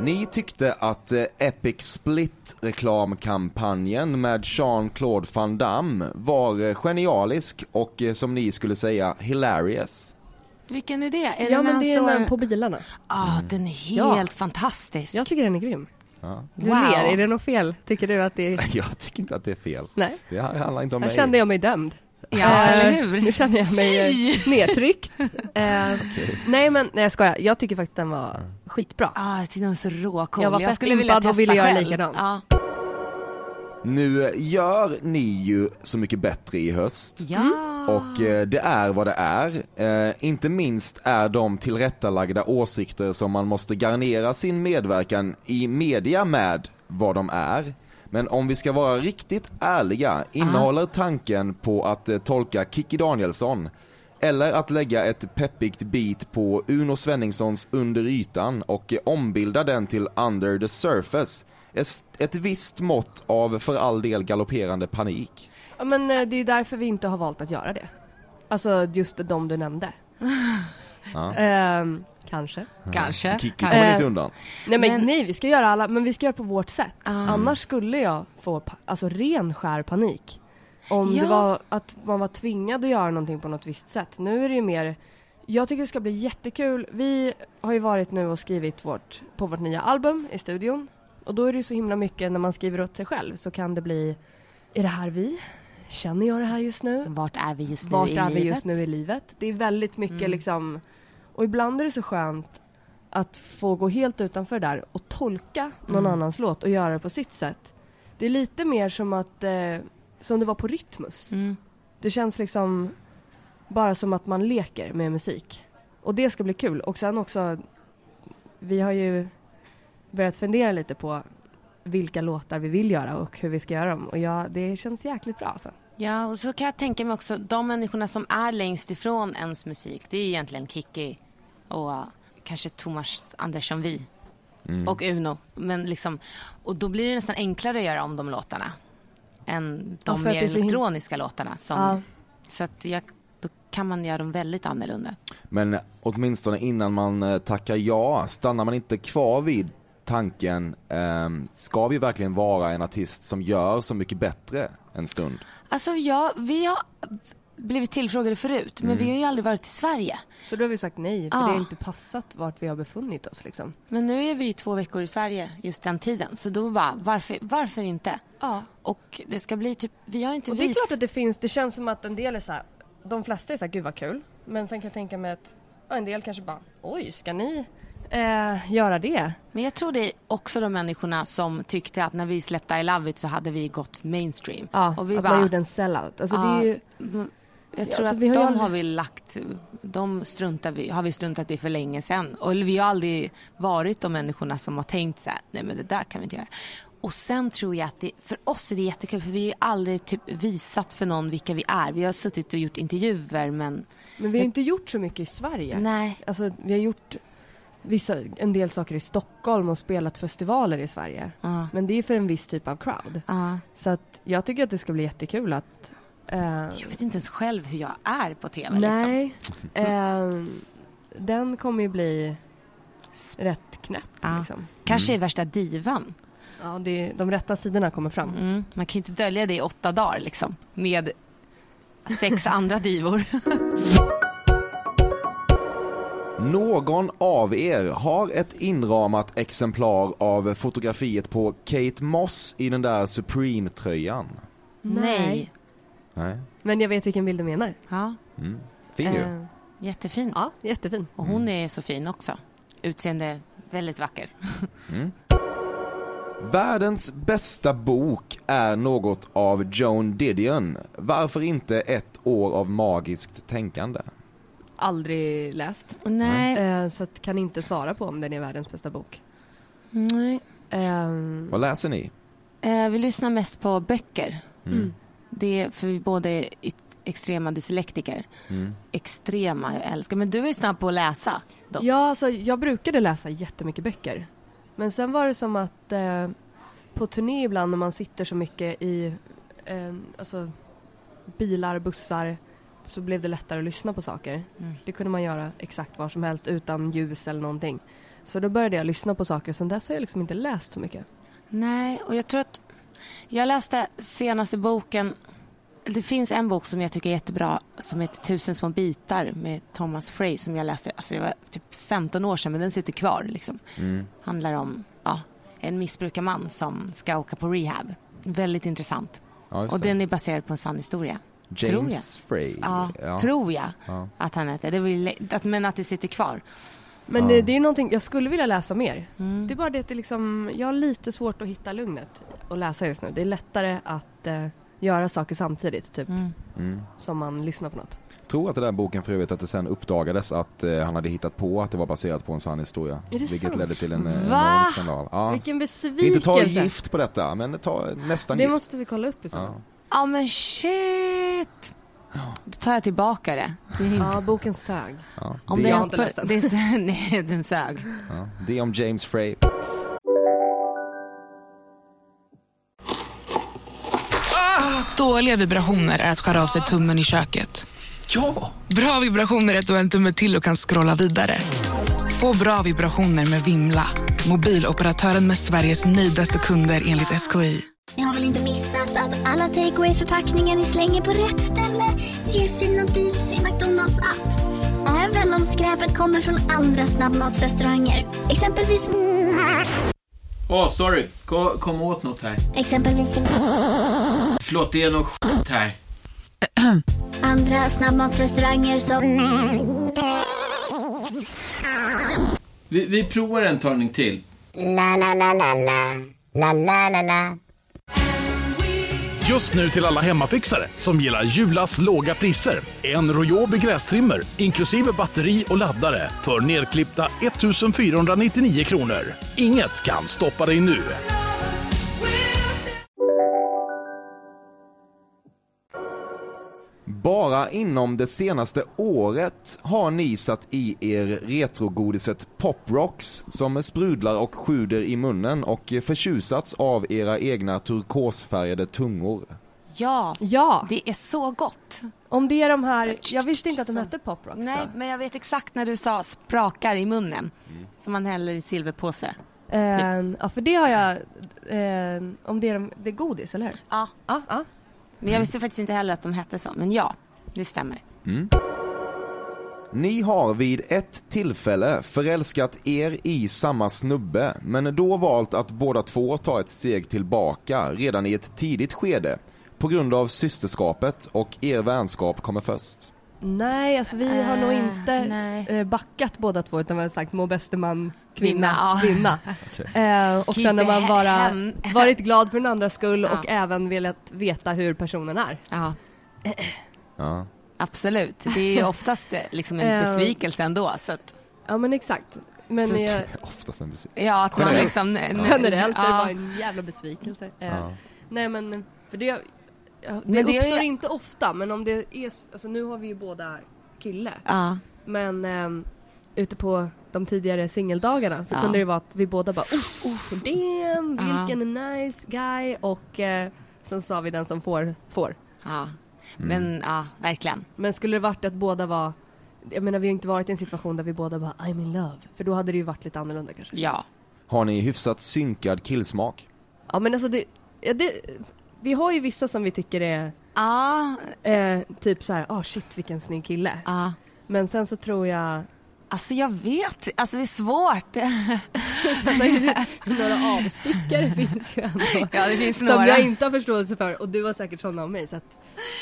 [SPEAKER 6] Ni tyckte att eh, Epic Split reklamkampanjen med Jean-Claude Van Damme var eh, genialisk och eh, som ni skulle säga hilarious.
[SPEAKER 4] Vilken är det? Är
[SPEAKER 5] Ja
[SPEAKER 4] den
[SPEAKER 5] men alltså-
[SPEAKER 4] han
[SPEAKER 5] det är
[SPEAKER 4] står-
[SPEAKER 5] den på bilarna.
[SPEAKER 4] Ja, den är helt
[SPEAKER 5] Ja.
[SPEAKER 4] fantastisk.
[SPEAKER 5] Jag tycker den är grym. Du
[SPEAKER 4] Wow.
[SPEAKER 5] ler, är det något fel? Tycker du att det är...
[SPEAKER 6] [laughs] Jag tycker inte att det är fel.
[SPEAKER 5] Nej.
[SPEAKER 6] Det handlar inte om
[SPEAKER 5] Här
[SPEAKER 6] mig.
[SPEAKER 5] kände jag mig dömd.
[SPEAKER 4] Ja,
[SPEAKER 5] Eh,
[SPEAKER 4] eller hur? [laughs]
[SPEAKER 5] Nu känner jag mig eh, nedtryckt. Eh, Nej men, nej jag skojar. Jag tycker faktiskt den var skitbra.
[SPEAKER 4] Ah, jag tyckte den var så råcool.
[SPEAKER 5] Jag var fett impad och ville göra likadant.
[SPEAKER 4] Ja.
[SPEAKER 6] Nu gör ni ju Så mycket bättre i höst.
[SPEAKER 4] Ja.
[SPEAKER 5] Mm.
[SPEAKER 6] Och eh, det är vad det är. Eh, inte minst är de tillrättalagda åsikter som man måste garnera sin medverkan i media med vad de är. Men om vi ska vara riktigt ärliga innehåller tanken på att eh, tolka Kikki Danielsson Eller att lägga ett peppigt beat på Uno Svenningssons Under ytan och eh, ombilda den till Under the surface. Es- Ett visst mått av för all del galopperande panik.
[SPEAKER 5] Ja, men eh, det är ju därför vi inte har valt att göra det. Alltså just de du nämnde.
[SPEAKER 6] Ja.
[SPEAKER 5] Ehm, kanske.
[SPEAKER 4] Kanske.
[SPEAKER 6] Kikki
[SPEAKER 4] kanske.
[SPEAKER 6] kommer
[SPEAKER 5] Eh.
[SPEAKER 6] inte undan.
[SPEAKER 5] Nej men,
[SPEAKER 4] Men-
[SPEAKER 5] nej, vi ska göra alla, men vi ska göra på vårt sätt. Annars skulle jag få pa- alltså, ren skär panik. Om
[SPEAKER 4] Ja.
[SPEAKER 5] det var att man var tvingad att göra någonting på något visst sätt. Nu är det ju mer, jag tycker det ska bli jättekul. Vi har ju varit nu och skrivit vårt, på vårt nya album i studion. Och då är det ju så himla mycket när man skriver åt sig själv så kan det bli, är det här vi? Känner jag det här just nu?
[SPEAKER 4] Vart är vi just nu
[SPEAKER 5] Vart
[SPEAKER 4] i
[SPEAKER 5] är vi
[SPEAKER 4] livet? Mm.
[SPEAKER 5] just nu i livet? Det är väldigt mycket liksom, och ibland är det så skönt att få gå helt utanför det där och tolka någon
[SPEAKER 4] Mm.
[SPEAKER 5] annans låt och göra det på sitt sätt. Det är lite mer som att, eh, som det var på Rytmus.
[SPEAKER 4] Mm.
[SPEAKER 5] Det känns liksom bara som att man leker med musik. Och det ska bli kul. Och sen också, vi har ju börjat fundera lite på vilka låtar vi vill göra och hur vi ska göra dem. Och ja, det känns jäkligt bra alltså.
[SPEAKER 4] Ja, och så kan jag tänka mig också, de människorna som är längst ifrån ens musik, det är ju egentligen Kikki och eh, kanske Thomas Andersson Vi och Uno. Men liksom, och då blir det nästan enklare att göra om de låtarna än
[SPEAKER 5] Ja,
[SPEAKER 4] de
[SPEAKER 5] för att
[SPEAKER 4] mer
[SPEAKER 5] det är så him-
[SPEAKER 4] elektroniska låtarna. Som,
[SPEAKER 5] Ja.
[SPEAKER 4] Så att jag, då kan man göra dem väldigt annorlunda.
[SPEAKER 6] Men åtminstone innan man eh, tackar ja, stannar man inte kvar vid tanken, ehm, ska vi verkligen vara en artist som gör så mycket bättre en stund?
[SPEAKER 4] Alltså ja, vi har blivit tillfrågade förut, men vi har ju aldrig varit i Sverige.
[SPEAKER 5] Så då har vi sagt nej, för
[SPEAKER 4] Ja.
[SPEAKER 5] det har inte passat vart vi har befunnit oss liksom.
[SPEAKER 4] Men nu är vi ju två veckor i Sverige just den tiden, så då bara, varför, varför inte?
[SPEAKER 5] Ja.
[SPEAKER 4] Och det ska bli typ, vi har inte
[SPEAKER 5] Och det är
[SPEAKER 4] vis-
[SPEAKER 5] klart att det finns, det känns som att en del är så här, de flesta är så här, gud vad kul. Men sen kan jag tänka mig att ja, en del kanske bara, oj, ska ni eh, göra det?
[SPEAKER 4] Men jag tror det är också de människorna som tyckte att när vi släppte I Love It så hade vi gått mainstream.
[SPEAKER 5] Ja,
[SPEAKER 4] och vi
[SPEAKER 5] att
[SPEAKER 4] bara,
[SPEAKER 5] man gjorde en sellout. Alltså det är ju,
[SPEAKER 4] mm, jag
[SPEAKER 5] Ja,
[SPEAKER 4] tror
[SPEAKER 5] alltså
[SPEAKER 4] att
[SPEAKER 5] vi har ju
[SPEAKER 4] de
[SPEAKER 5] aldrig-
[SPEAKER 4] har vi lagt, de struntar vi, har vi struntat i för länge sedan. Och vi har aldrig varit de människorna som har tänkt så här, nej men det där kan vi inte göra. Och sen tror jag att det, för oss är det jättekul för vi har ju aldrig typ visat för någon vilka vi är. Vi har suttit och gjort intervjuer men
[SPEAKER 5] men vi har ju inte gjort så mycket i Sverige.
[SPEAKER 4] nej.
[SPEAKER 5] Alltså vi har gjort vissa, en del saker i Stockholm och spelat festivaler i Sverige.
[SPEAKER 4] Ja.
[SPEAKER 5] Men det är för en viss typ av crowd.
[SPEAKER 4] Ja.
[SPEAKER 5] Så att jag tycker att det ska bli jättekul att eh,
[SPEAKER 4] Jag vet inte ens själv hur jag är på tv liksom.
[SPEAKER 5] Nej, ehm, den kommer ju bli rätt knäpp.
[SPEAKER 4] Ja.
[SPEAKER 5] Liksom.
[SPEAKER 4] Kanske är värsta divan.
[SPEAKER 5] Ja, det, de rätta sidorna kommer fram.
[SPEAKER 4] Mm, man kan ju inte dölja det i åtta dagar liksom, med [laughs] sex andra divor.
[SPEAKER 6] Någon av er har ett inramat exemplar av fotografiet på Kate Moss i den där Supreme-tröjan.
[SPEAKER 5] Nej.
[SPEAKER 6] Nej. Mm.
[SPEAKER 5] Men jag vet vilken bild du menar.
[SPEAKER 4] Ja,
[SPEAKER 6] Fin ju.
[SPEAKER 5] Eh,
[SPEAKER 4] jättefin.
[SPEAKER 5] ja, jättefin.
[SPEAKER 4] Och hon är så fin också. Utseende väldigt vacker.
[SPEAKER 6] Världens bästa bok är något av Joan Didion. Varför inte ett år av magiskt tänkande?
[SPEAKER 5] Aldrig läst,
[SPEAKER 4] Nej.
[SPEAKER 5] eh, så att kan inte svara på om den är världens bästa bok.
[SPEAKER 4] Nej.
[SPEAKER 5] Ehm,
[SPEAKER 6] Vad läser ni?
[SPEAKER 4] Eh, vi lyssnar mest på böcker.
[SPEAKER 6] Mm.
[SPEAKER 4] Det är för vi båda är yt- extrema dyslektiker.
[SPEAKER 6] Mm.
[SPEAKER 4] Extrema, jag älskar. Men du är snabb på att läsa. Dock.
[SPEAKER 5] Ja, alltså, jag brukade läsa jättemycket böcker. Men sen var det som att eh, på turné ibland när man sitter så mycket i eh, alltså, bilar, bussar så blev det lättare att lyssna på saker.
[SPEAKER 4] Mm.
[SPEAKER 5] Det kunde man göra exakt var som helst utan ljus eller någonting. Så då började jag lyssna på saker. Sen dess har jag liksom inte läst så mycket.
[SPEAKER 4] Nej, och jag tror att jag läste senaste boken. Det finns en bok som jag tycker är jättebra som heter Tusen små bitar med Thomas Frey som jag läste, alltså det var typ 15 år sedan men den sitter kvar liksom.
[SPEAKER 6] Mm.
[SPEAKER 4] Handlar om, ja, en missbrukarman som ska åka på rehab. Väldigt intressant.
[SPEAKER 6] Ja, just
[SPEAKER 4] Och
[SPEAKER 6] det.
[SPEAKER 4] den är baserad på en sann historia. tror jag.
[SPEAKER 6] James Frey.
[SPEAKER 4] Ja,
[SPEAKER 6] Ja.
[SPEAKER 4] tror jag
[SPEAKER 6] Ja.
[SPEAKER 4] att han heter. Det var ju le- att, men att det sitter kvar.
[SPEAKER 5] Men det, det är någonting, jag skulle vilja läsa mer.
[SPEAKER 4] Mm.
[SPEAKER 5] Det är bara det att det liksom, jag har lite svårt att hitta lugnet och läsa just nu. Det är lättare att eh, göra saker samtidigt,
[SPEAKER 4] Mm.
[SPEAKER 5] typ. Som man lyssnar på något.
[SPEAKER 6] Mm. Tror att den där boken för övrigt att det sen uppdagades att eh, han hade hittat på att det var baserat på en sann historia.
[SPEAKER 5] det
[SPEAKER 6] vilket
[SPEAKER 5] sant?
[SPEAKER 6] ledde till en eh,
[SPEAKER 4] Va?
[SPEAKER 6] enorm skandal. Ja.
[SPEAKER 5] Vilken besvikelse!
[SPEAKER 6] Inte ta gift på detta, men ta nästan
[SPEAKER 5] Det
[SPEAKER 6] gift.
[SPEAKER 5] måste vi kolla upp i så
[SPEAKER 6] Ja.
[SPEAKER 5] fall.
[SPEAKER 4] Ja men shit! Då tar jag tillbaka det. det är inte...
[SPEAKER 5] Ja, boken sög.
[SPEAKER 6] Ja,
[SPEAKER 4] Om
[SPEAKER 6] det,
[SPEAKER 4] det,
[SPEAKER 5] jag har
[SPEAKER 4] är
[SPEAKER 5] inte
[SPEAKER 4] på-
[SPEAKER 5] läst den.
[SPEAKER 4] det är, [laughs] nej, den sög.
[SPEAKER 6] ja, det om James Frey.
[SPEAKER 9] Dåliga vibrationer är att skära av sig tummen i köket.
[SPEAKER 10] Ja!
[SPEAKER 9] Bra vibrationer är att du har en tumme till och kan scrolla vidare. Få bra vibrationer med Vimla. Mobiloperatören med Sveriges nöjdaste kunder enligt SKI.
[SPEAKER 11] Ni har väl inte missat att alla takeaway förpackningar ni slänger på rätt ställe ger fina deals i McDonalds app. Även om skräpet kommer från andra snabbmatsrestauranger. Exempelvis...
[SPEAKER 10] Åh, sorry. Kom, kom åt något här.
[SPEAKER 11] Exempelvis...
[SPEAKER 10] Förlåt, det är något skit här.
[SPEAKER 11] Andra snabbmatsrestauranger som...
[SPEAKER 10] Vi, vi provar en talning till.
[SPEAKER 12] Just nu till alla hemmafixare som gillar Julas låga priser. En royobi grästrimmer inklusive batteri och laddare för nedklippta 499 kronor. Inget kan stoppa dig nu.
[SPEAKER 6] Bara inom det senaste året har ni satt i er retrogodiset Pop Rocks som sprudlar och sjuder i munnen och förtjusats av era egna turkosfärgade tungor.
[SPEAKER 4] Ja,
[SPEAKER 5] Ja,
[SPEAKER 4] det är så gott.
[SPEAKER 5] om det är de här... Jag visste inte att de hette Pop Rocks.
[SPEAKER 4] Nej, men jag vet exakt när du sa sprakar i munnen. Som man häller i silverpåse.
[SPEAKER 5] Ehm, ja, för det har jag... ehm, om det är, de, det är godis, eller hur?
[SPEAKER 4] Ja.
[SPEAKER 5] Ja. ja.
[SPEAKER 4] Men jag visste faktiskt inte heller att de hette så. Men ja, det stämmer.
[SPEAKER 6] Ni har vid ett tillfälle förälskat er i samma snubbe men då valt att båda två ta ett steg tillbaka redan i ett tidigt skede på grund av systerskapet och er vänskap kommer först.
[SPEAKER 5] Nej, alltså vi har nog
[SPEAKER 4] Äh,
[SPEAKER 5] inte
[SPEAKER 4] nej.
[SPEAKER 5] eh, backat båda två utan vi har sagt må bäste man
[SPEAKER 4] Kvinna,
[SPEAKER 5] kvinna,
[SPEAKER 4] ja.
[SPEAKER 5] [laughs] kvinna. Eh, och
[SPEAKER 4] Keep
[SPEAKER 5] sen har
[SPEAKER 4] he-
[SPEAKER 5] man bara
[SPEAKER 4] hem.
[SPEAKER 5] varit glad för den andras [laughs] skull
[SPEAKER 4] Ja.
[SPEAKER 5] och även velat veta hur personen är.
[SPEAKER 4] Ja,
[SPEAKER 6] Ja.
[SPEAKER 4] absolut. Det är [laughs] ju oftast eh, liksom en
[SPEAKER 5] Eh.
[SPEAKER 4] besvikelse ändå. Så att,
[SPEAKER 5] Ja men exakt. Men
[SPEAKER 6] Så
[SPEAKER 5] jag,
[SPEAKER 6] Oftast en besvikelse.
[SPEAKER 4] ja, att man
[SPEAKER 6] Generellt.
[SPEAKER 4] liksom...
[SPEAKER 5] generellt är det
[SPEAKER 4] ja.
[SPEAKER 5] bara en jävla besvikelse. Eh,
[SPEAKER 6] Ja.
[SPEAKER 5] Nej men för det, ja, det
[SPEAKER 4] Men det är-
[SPEAKER 5] uppstår inte ofta men om det är, s- alltså nu har vi ju båda kille.
[SPEAKER 4] Ja.
[SPEAKER 5] Men ehm, ute på de tidigare singeldagarna så
[SPEAKER 4] Ja.
[SPEAKER 5] kunde det vara att vi båda bara oh, oh, damn,
[SPEAKER 4] Ja.
[SPEAKER 5] vilken nice guy och eh, sen sa vi den som får, får.
[SPEAKER 4] ja. Men ja, verkligen.
[SPEAKER 5] Men skulle det varit att båda var, jag menar vi har ju inte varit i en situation där vi båda bara I'm in love, för då hade det ju varit lite annorlunda kanske.
[SPEAKER 4] Ja.
[SPEAKER 6] Har ni hyfsat synkad killsmak?
[SPEAKER 5] Ja men alltså det, ja, det vi har ju vissa som vi tycker är
[SPEAKER 4] Ja,
[SPEAKER 5] eh, typ så här, ah shit vilken snygg kille.
[SPEAKER 4] ja.
[SPEAKER 5] Men sen så tror jag,
[SPEAKER 4] Alltså jag vet Alltså det är svårt.
[SPEAKER 5] några avstickare [laughs] finns ju ändå.
[SPEAKER 4] Ja, det finns
[SPEAKER 5] Som
[SPEAKER 4] några.
[SPEAKER 5] jag inte har förståelse för och du har säkert sådana av mig. Så att...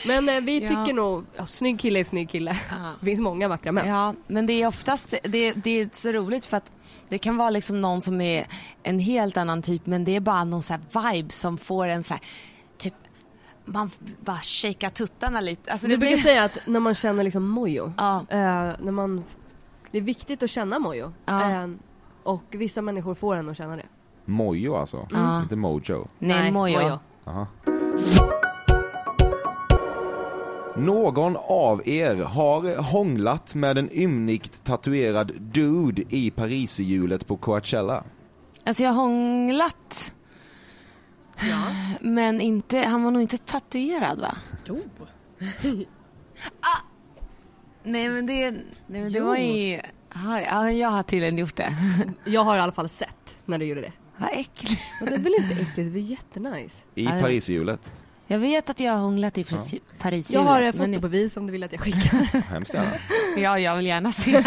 [SPEAKER 5] Men eh, vi
[SPEAKER 4] Ja.
[SPEAKER 5] tycker nog, ja, snygg kille är snygg kille.
[SPEAKER 4] Ja.
[SPEAKER 5] Det [laughs] finns många vackra män.
[SPEAKER 4] Ja, men det är oftast, det, det är så roligt för att det kan vara liksom någon som är en helt annan typ men det är bara någon så här vibe som får en så här, typ, man f- bara shakear tuttarna lite. Alltså
[SPEAKER 5] Vi brukar säga att när man känner liksom mojo,
[SPEAKER 4] Ja.
[SPEAKER 5] eh, när man, det är viktigt att känna mojo.
[SPEAKER 4] Ja.
[SPEAKER 5] Eh, och vissa människor får en att känna det.
[SPEAKER 6] Mojo alltså?
[SPEAKER 4] Ja. Mm.
[SPEAKER 6] Inte mojo?
[SPEAKER 4] Nej, mojo.
[SPEAKER 6] Aha. Någon av er har hånglat med en ymnigt tatuerad dude i pariserhjulet på Coachella.
[SPEAKER 4] Alltså jag har hånglat. Men inte, han var nog inte tatuerad va? [laughs] Ah!
[SPEAKER 5] Jo.
[SPEAKER 4] Nej men det, nej, men det
[SPEAKER 5] Jo.
[SPEAKER 4] var ju, ja, ja, jag har tydligen gjort det. [laughs]
[SPEAKER 5] Jag har i alla fall sett när du gjorde det.
[SPEAKER 4] Vad äckligt.
[SPEAKER 5] Och det är väl inte äckligt, det var jättenice.
[SPEAKER 6] I
[SPEAKER 4] Ja, ja.
[SPEAKER 6] pariserhjulet.
[SPEAKER 4] Jag vet att jag har hånglat i Paris, Paris
[SPEAKER 5] Jag har eh, fotobevis om du vill att jag skickar.
[SPEAKER 6] Hemskt gärna.
[SPEAKER 4] Ja, jag vill gärna [laughs] se.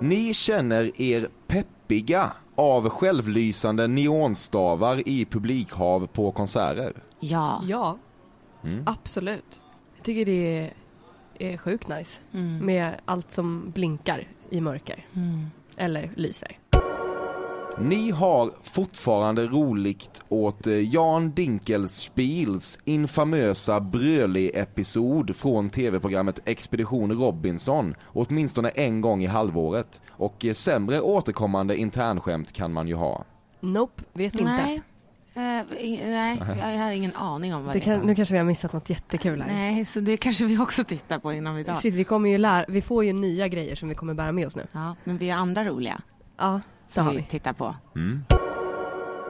[SPEAKER 6] Ni känner er peppiga av självlysande neonstavar i publikhav på konserter.
[SPEAKER 4] Ja.
[SPEAKER 5] ja,
[SPEAKER 4] Mm.
[SPEAKER 5] absolut. Jag tycker det är, är sjukt nice.
[SPEAKER 4] Mm.
[SPEAKER 5] Med allt som blinkar i mörker. Eller lyser.
[SPEAKER 6] Ni har fortfarande roligt åt eh, Jan Dinkelspiels infamösa Bröli-episod från tv-programmet Expedition Robinson, åtminstone en gång i halvåret. Och eh, sämre återkommande internskämt kan man ju ha.
[SPEAKER 5] Nope, vet inte.
[SPEAKER 4] Nej. Eh, i- nej, jag jag har ingen aning om vad
[SPEAKER 5] Det
[SPEAKER 4] det,
[SPEAKER 5] kan,
[SPEAKER 4] är.
[SPEAKER 5] nu kanske vi har missat något jättekul här.
[SPEAKER 4] Nej, så det kanske vi också tittar på innan vi drar.
[SPEAKER 5] Shit, vi, kommer ju lära, vi får ju nya grejer som vi kommer bära med oss nu.
[SPEAKER 4] Ja, men vi har andra roliga.
[SPEAKER 5] Ja, så
[SPEAKER 4] Som
[SPEAKER 5] har
[SPEAKER 4] vi
[SPEAKER 5] vi.
[SPEAKER 4] tittar på.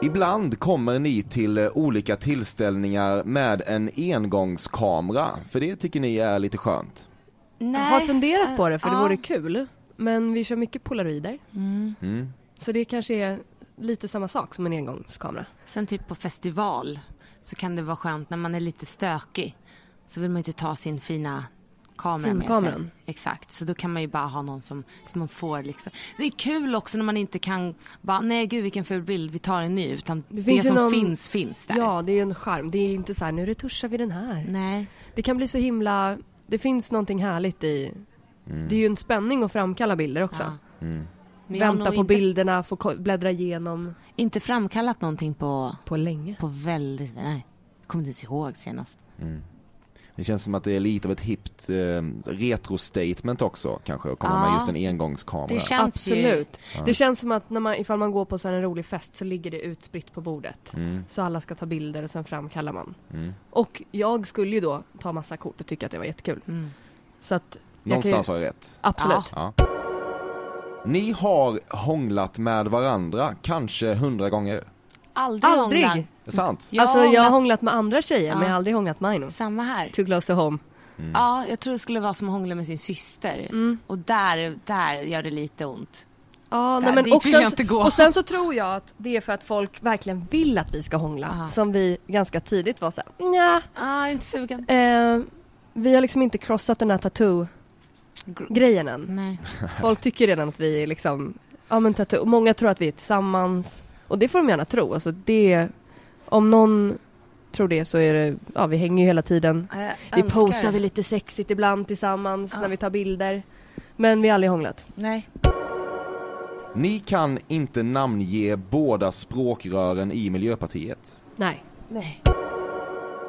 [SPEAKER 6] Ibland kommer ni till eh, olika tillställningar med en engångskamera, för det tycker ni är lite skönt.
[SPEAKER 5] Jag har funderat på det för det
[SPEAKER 4] Ja.
[SPEAKER 5] vore kul. Men vi kör mycket polaroider.
[SPEAKER 6] Mm.
[SPEAKER 5] Så det kanske är lite samma sak som en engångskamera.
[SPEAKER 4] Sen typ på festival så kan det vara skönt när man är lite stökig. Så vill man ju inte ta sin fina kamera med sig.
[SPEAKER 5] Filmkameran.
[SPEAKER 4] Exakt, så då kan man ju bara ha någon som, som man får liksom. Det är kul också när man inte kan bara, nej gud vilken ful bild, vi tar en ny. Utan det,
[SPEAKER 5] finns ju
[SPEAKER 4] som
[SPEAKER 5] någon-
[SPEAKER 4] finns, finns där.
[SPEAKER 5] Ja, det är ju en charm. Det är inte så här, nu retuschar vi den här.
[SPEAKER 4] Nej.
[SPEAKER 5] Det kan bli så himla... Det finns någonting härligt i...
[SPEAKER 6] Mm.
[SPEAKER 5] Det är ju en spänning att framkalla bilder också.
[SPEAKER 4] Men jag har
[SPEAKER 5] Vänta på
[SPEAKER 4] nog inte,
[SPEAKER 5] bilderna, få ko- bläddra igenom.
[SPEAKER 4] inte framkallat någonting på,
[SPEAKER 5] På länge.
[SPEAKER 4] på väldigt, nej. Jag kommer inte ens ihåg senast.
[SPEAKER 6] Det känns som att det är lite av ett hippt eh, retro-statement också kanske, att komma
[SPEAKER 4] Ja.
[SPEAKER 6] med just en engångskamera.
[SPEAKER 4] Det känns ju...
[SPEAKER 5] Absolut. Det känns som att när man, ifall man går på så här en rolig fest så ligger det utspritt på bordet.
[SPEAKER 6] Mm.
[SPEAKER 5] Så alla ska ta bilder och sen framkallar man.
[SPEAKER 6] Mm.
[SPEAKER 5] Och jag skulle ju då ta massa kort och tycka att det var jättekul.
[SPEAKER 4] Mm.
[SPEAKER 5] Så att... jag
[SPEAKER 6] Någonstans
[SPEAKER 5] kan
[SPEAKER 6] har
[SPEAKER 5] ju,
[SPEAKER 6] jag rätt.
[SPEAKER 5] Absolut.
[SPEAKER 6] Ja. Ni har hånglat med varandra, kanske hundra gånger.
[SPEAKER 4] Aldrig,
[SPEAKER 5] Aldrig.
[SPEAKER 4] hånglat.
[SPEAKER 6] Det är sant.
[SPEAKER 4] Jag
[SPEAKER 5] alltså jag
[SPEAKER 4] hånglat-
[SPEAKER 5] har hånglat med andra tjejer men
[SPEAKER 4] Ja.
[SPEAKER 5] jag har aldrig hånglat med Aino.
[SPEAKER 4] Samma här.
[SPEAKER 5] Too close to home.
[SPEAKER 4] Ja, jag tror det skulle vara som att hångla med sin syster. Och där, där gör det lite ont.
[SPEAKER 5] Ja,
[SPEAKER 4] Där-
[SPEAKER 5] nej, men,
[SPEAKER 4] dit
[SPEAKER 5] och,
[SPEAKER 4] vill jag
[SPEAKER 5] sen,
[SPEAKER 4] inte gå.
[SPEAKER 5] och sen så tror jag att det är för att folk verkligen vill att vi ska hångla.
[SPEAKER 4] Aha.
[SPEAKER 5] Som vi ganska tidigt var såhär, nja,
[SPEAKER 4] Ah, inte sugen.
[SPEAKER 5] eh, vi har liksom inte krossat den här
[SPEAKER 4] [laughs]
[SPEAKER 5] tattoo-grejen än.
[SPEAKER 4] Nej.
[SPEAKER 5] Folk tycker redan att vi är liksom, ja men tattoo. Och Många tror att vi är tillsammans. Och det får de gärna tro. Alltså det, om någon tror det så är det, ja vi hänger ju hela tiden.
[SPEAKER 4] Ja, jag
[SPEAKER 5] Vi
[SPEAKER 4] önskar Ah.
[SPEAKER 5] posar
[SPEAKER 4] det.
[SPEAKER 5] väl lite sexigt ibland tillsammans
[SPEAKER 4] Ja.
[SPEAKER 5] när vi tar bilder. Men vi har aldrig hånglat.
[SPEAKER 4] Nej.
[SPEAKER 6] Ni kan inte namnge båda språkrören i Miljöpartiet.
[SPEAKER 5] Nej.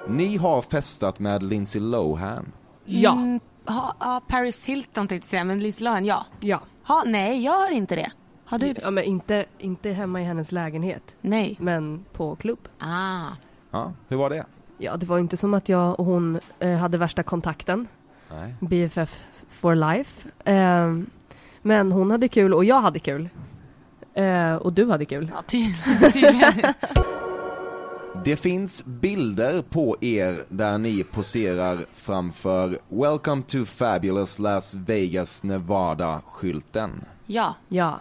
[SPEAKER 6] Ni har festat med Lindsay Lohan.
[SPEAKER 5] Ja.
[SPEAKER 4] Mm, ha, ja, Paris Hilton tänkte jag säga, men Liz Lohan, ja.
[SPEAKER 5] Ja.
[SPEAKER 4] Ha, nej, jag har inte det. Har du det?
[SPEAKER 5] Ja men inte, inte hemma i hennes lägenhet.
[SPEAKER 4] Nej.
[SPEAKER 5] Men på klubb.
[SPEAKER 4] Ah.
[SPEAKER 6] Ja, hur var det?
[SPEAKER 5] Ja det var ju inte som att jag och hon eh, hade värsta kontakten.
[SPEAKER 6] Nej.
[SPEAKER 5] BFF for life. Eh, men hon hade kul och jag hade kul. Eh, och du hade kul.
[SPEAKER 4] Ja, ty- tydligen.
[SPEAKER 6] Det finns bilder på er där ni poserar framför Welcome to Fabulous Las Vegas Nevada-skylten.
[SPEAKER 4] ja. Ah,
[SPEAKER 5] Ja,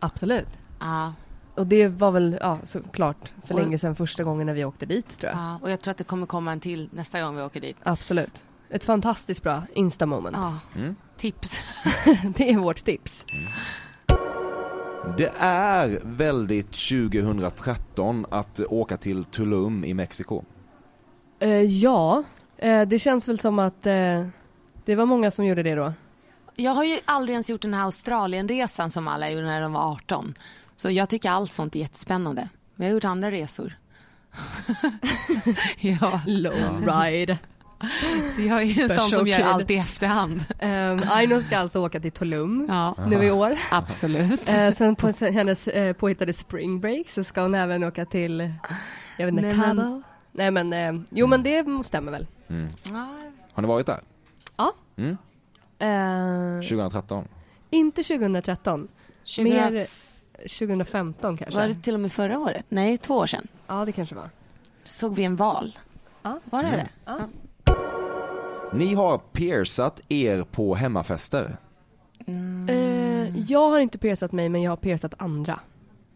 [SPEAKER 5] absolut.
[SPEAKER 4] Ja.
[SPEAKER 5] Och det var väl ja, såklart för länge sedan första gången när vi åkte dit tror jag.
[SPEAKER 4] ja. ah. Och jag tror att det kommer komma en till nästa gång vi åker dit.
[SPEAKER 5] Absolut. Ett fantastiskt bra Insta-moment.
[SPEAKER 4] Ja. Mm. Tips.
[SPEAKER 5] [laughs] Det är vårt tips.
[SPEAKER 6] Det är väldigt 2013 att åka till Tulum i Mexiko.
[SPEAKER 5] Eh, ja, eh, det känns väl som att eh, det var många som gjorde det då.
[SPEAKER 4] Jag har ju aldrig ens gjort den här Australienresan som alla gjorde när de var 18. Så jag tycker allt sånt är jättespännande. Men jag har gjort andra [laughs] resor. ja,
[SPEAKER 5] Lowride.
[SPEAKER 4] så jag är ju en sån
[SPEAKER 5] Special
[SPEAKER 4] som gör
[SPEAKER 5] kid.
[SPEAKER 4] allt i efterhand.
[SPEAKER 5] Eh, Aino ska alltså åka till Tulum
[SPEAKER 4] Ja,
[SPEAKER 5] nu i år.
[SPEAKER 4] absolut.
[SPEAKER 5] Eh, sen på sen hennes eh, påhittade spring break så ska hon även åka till, jag vet inte,
[SPEAKER 4] Nej, men-
[SPEAKER 5] Cabo. Nej men, eh, jo men det stämmer väl.
[SPEAKER 6] Har ni varit där?
[SPEAKER 5] Ja.
[SPEAKER 6] Mm.
[SPEAKER 5] Eh,
[SPEAKER 6] 2013?
[SPEAKER 5] Inte 2013. Mer
[SPEAKER 4] Mer...
[SPEAKER 5] 2015 kanske.
[SPEAKER 4] Var det till och med förra året? Nej, två år sedan.
[SPEAKER 5] Ja, det kanske var.
[SPEAKER 4] Såg vi en val.
[SPEAKER 5] Ja.
[SPEAKER 4] Var det det?
[SPEAKER 6] Ni har piercat er på hemmafester.
[SPEAKER 4] Mm.
[SPEAKER 5] Eh, jag har inte piercat mig, men jag har piercat andra.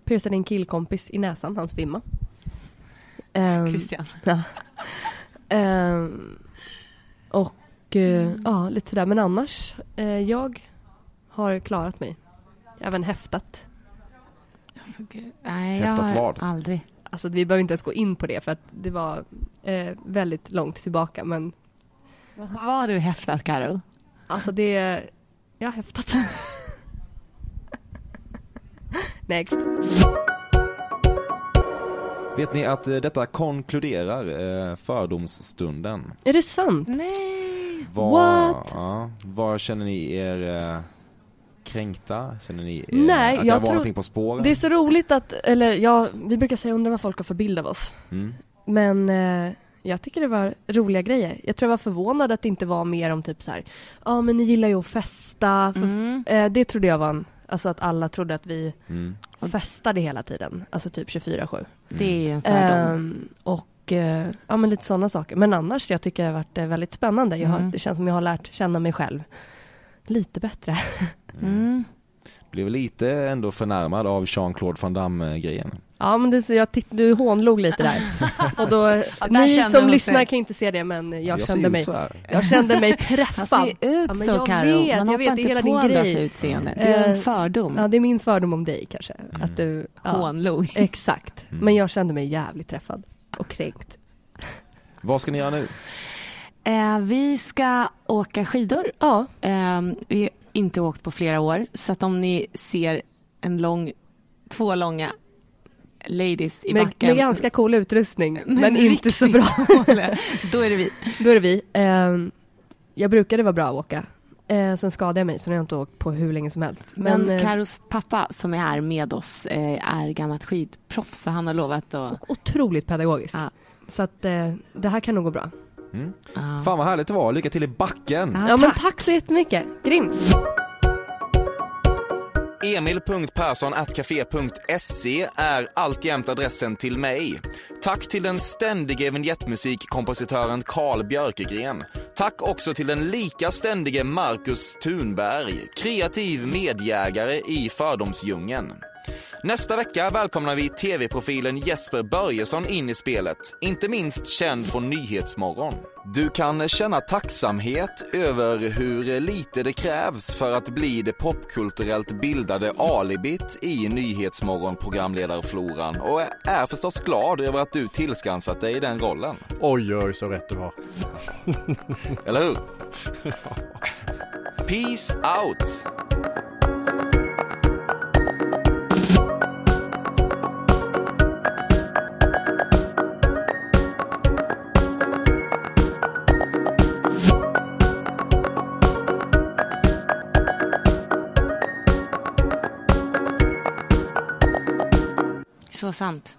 [SPEAKER 5] Piercade en killkompis i näsan, han svimma. Ehm,
[SPEAKER 4] Christian.
[SPEAKER 5] ja. Ehm, och eh, ja, lite sådär. Men annars, eh, jag har klarat mig. Jag har även häftat.
[SPEAKER 4] Alltså, gud. Nej, jag
[SPEAKER 6] Häftat
[SPEAKER 4] har
[SPEAKER 6] vad?
[SPEAKER 4] aldrig.
[SPEAKER 5] Alltså vi behöver inte ens gå in på det för att det var eh, väldigt långt tillbaka men
[SPEAKER 4] Vad har du häftat, Karo?
[SPEAKER 5] Alltså det... Jag har häftat. [laughs] Next.
[SPEAKER 6] Vet ni att eh, detta konkluderar eh, fördomsstunden?
[SPEAKER 5] Är det sant?
[SPEAKER 4] Nej.
[SPEAKER 6] Vad,
[SPEAKER 5] What?
[SPEAKER 6] Ja, vad känner ni er eh,
[SPEAKER 13] kränkta? Känner ni eh,
[SPEAKER 5] Nej,
[SPEAKER 13] att
[SPEAKER 5] jag
[SPEAKER 13] jag var
[SPEAKER 5] tror-
[SPEAKER 13] någonting på spåren?
[SPEAKER 5] Det är så roligt att, eller ja, vi brukar säga undra vad folk har för bild av oss.
[SPEAKER 13] Mm.
[SPEAKER 5] Men eh, jag tycker det var roliga grejer. Jag tror jag var förvånad att det inte var mer om typ så här, ja men ni gillar ju att festa.
[SPEAKER 4] Mm.
[SPEAKER 5] För, eh, det trodde jag var en, alltså att alla trodde att vi
[SPEAKER 13] Mm.
[SPEAKER 5] festade hela tiden, alltså typ 24-7.
[SPEAKER 4] Det är ju en fördom.
[SPEAKER 5] Ehm, och eh, ja men lite sådana saker. Men annars, jag tycker det har varit eh, väldigt spännande. Jag har,
[SPEAKER 4] Mm.
[SPEAKER 5] Det känns som jag har lärt känna mig själv lite bättre. [laughs]
[SPEAKER 4] Mm.
[SPEAKER 13] Blev lite ändå förnärmad av Jean-Claude Van Damme-grejen.
[SPEAKER 5] Ja men det, så jag titt, du hånlog
[SPEAKER 4] [laughs]
[SPEAKER 5] lite där. Och då,
[SPEAKER 4] där
[SPEAKER 5] ni
[SPEAKER 4] kände
[SPEAKER 5] som
[SPEAKER 4] hon
[SPEAKER 5] lyssnar
[SPEAKER 4] sig.
[SPEAKER 5] kan inte se det men jag,
[SPEAKER 13] Jag ser
[SPEAKER 5] kände
[SPEAKER 13] ut
[SPEAKER 5] mig
[SPEAKER 13] så här.
[SPEAKER 5] Jag kände mig träffad.
[SPEAKER 4] [laughs] Han ser ut
[SPEAKER 5] men
[SPEAKER 4] så,
[SPEAKER 5] jag
[SPEAKER 4] Karo.
[SPEAKER 5] Vet,
[SPEAKER 4] Man
[SPEAKER 5] jag
[SPEAKER 4] hoppar
[SPEAKER 5] vet, det är
[SPEAKER 4] inte
[SPEAKER 5] hela
[SPEAKER 4] på
[SPEAKER 5] din
[SPEAKER 4] andras
[SPEAKER 5] grej.
[SPEAKER 4] utseende. Det är en
[SPEAKER 5] Eh,
[SPEAKER 4] fördom.
[SPEAKER 5] Ja, det är min fördom om dig kanske. Att du ja, Eh,
[SPEAKER 4] Hånlog.
[SPEAKER 5] Exakt. Men jag kände mig jävligt träffad och kränkt.
[SPEAKER 13] Vad ska ni göra nu?
[SPEAKER 4] Eh, vi ska åka skidor.
[SPEAKER 5] Ja.
[SPEAKER 4] Eh, vi har inte åkt på flera år, så att om ni ser en lång, två långa ladies i
[SPEAKER 5] Med,
[SPEAKER 4] backen. [laughs]
[SPEAKER 5] med ganska cool utrustning, men, inte
[SPEAKER 4] riktigt
[SPEAKER 5] så bra.
[SPEAKER 4] dåliga, Då är det vi.
[SPEAKER 5] Då är det vi. Ehm, jag brukade vara bra att åka. Eh, sen skadade jag mig, så nu har jag inte åkt på hur länge som helst.
[SPEAKER 4] Men,
[SPEAKER 5] eh,
[SPEAKER 4] Karos pappa som är här med oss eh, är gammalt skidproffs så han har lovat att...
[SPEAKER 5] otroligt pedagogiskt.
[SPEAKER 4] Ja.
[SPEAKER 5] Så att eh, det här kan nog gå bra.
[SPEAKER 4] Ja.
[SPEAKER 13] Fan vad härligt det var, lycka till i backen!
[SPEAKER 5] Ja, men tack så jättemycket. Grymt.
[SPEAKER 6] Emil.perssonatcafe.se E är alltjämt adressen till mig. Tack till den ständige vignettmusikkompositören Carl Björkegren. Tack också till den lika ständige Marcus Thunberg, kreativ medjägare i Fördomsdjungeln. Nästa vecka välkomnar vi tv-profilen Jesper Börjesson in i spelet, inte minst känd från Nyhetsmorgon. Du kan känna tacksamhet över hur lite det krävs för att bli det popkulturellt bildade alibit i Nyhetsmorgon programledarfloran och är förstås glad över att du tillskansat dig den rollen.
[SPEAKER 12] Oj, oj, så rätt du har.
[SPEAKER 6] Eller hur? Peace out!
[SPEAKER 4] Så sant.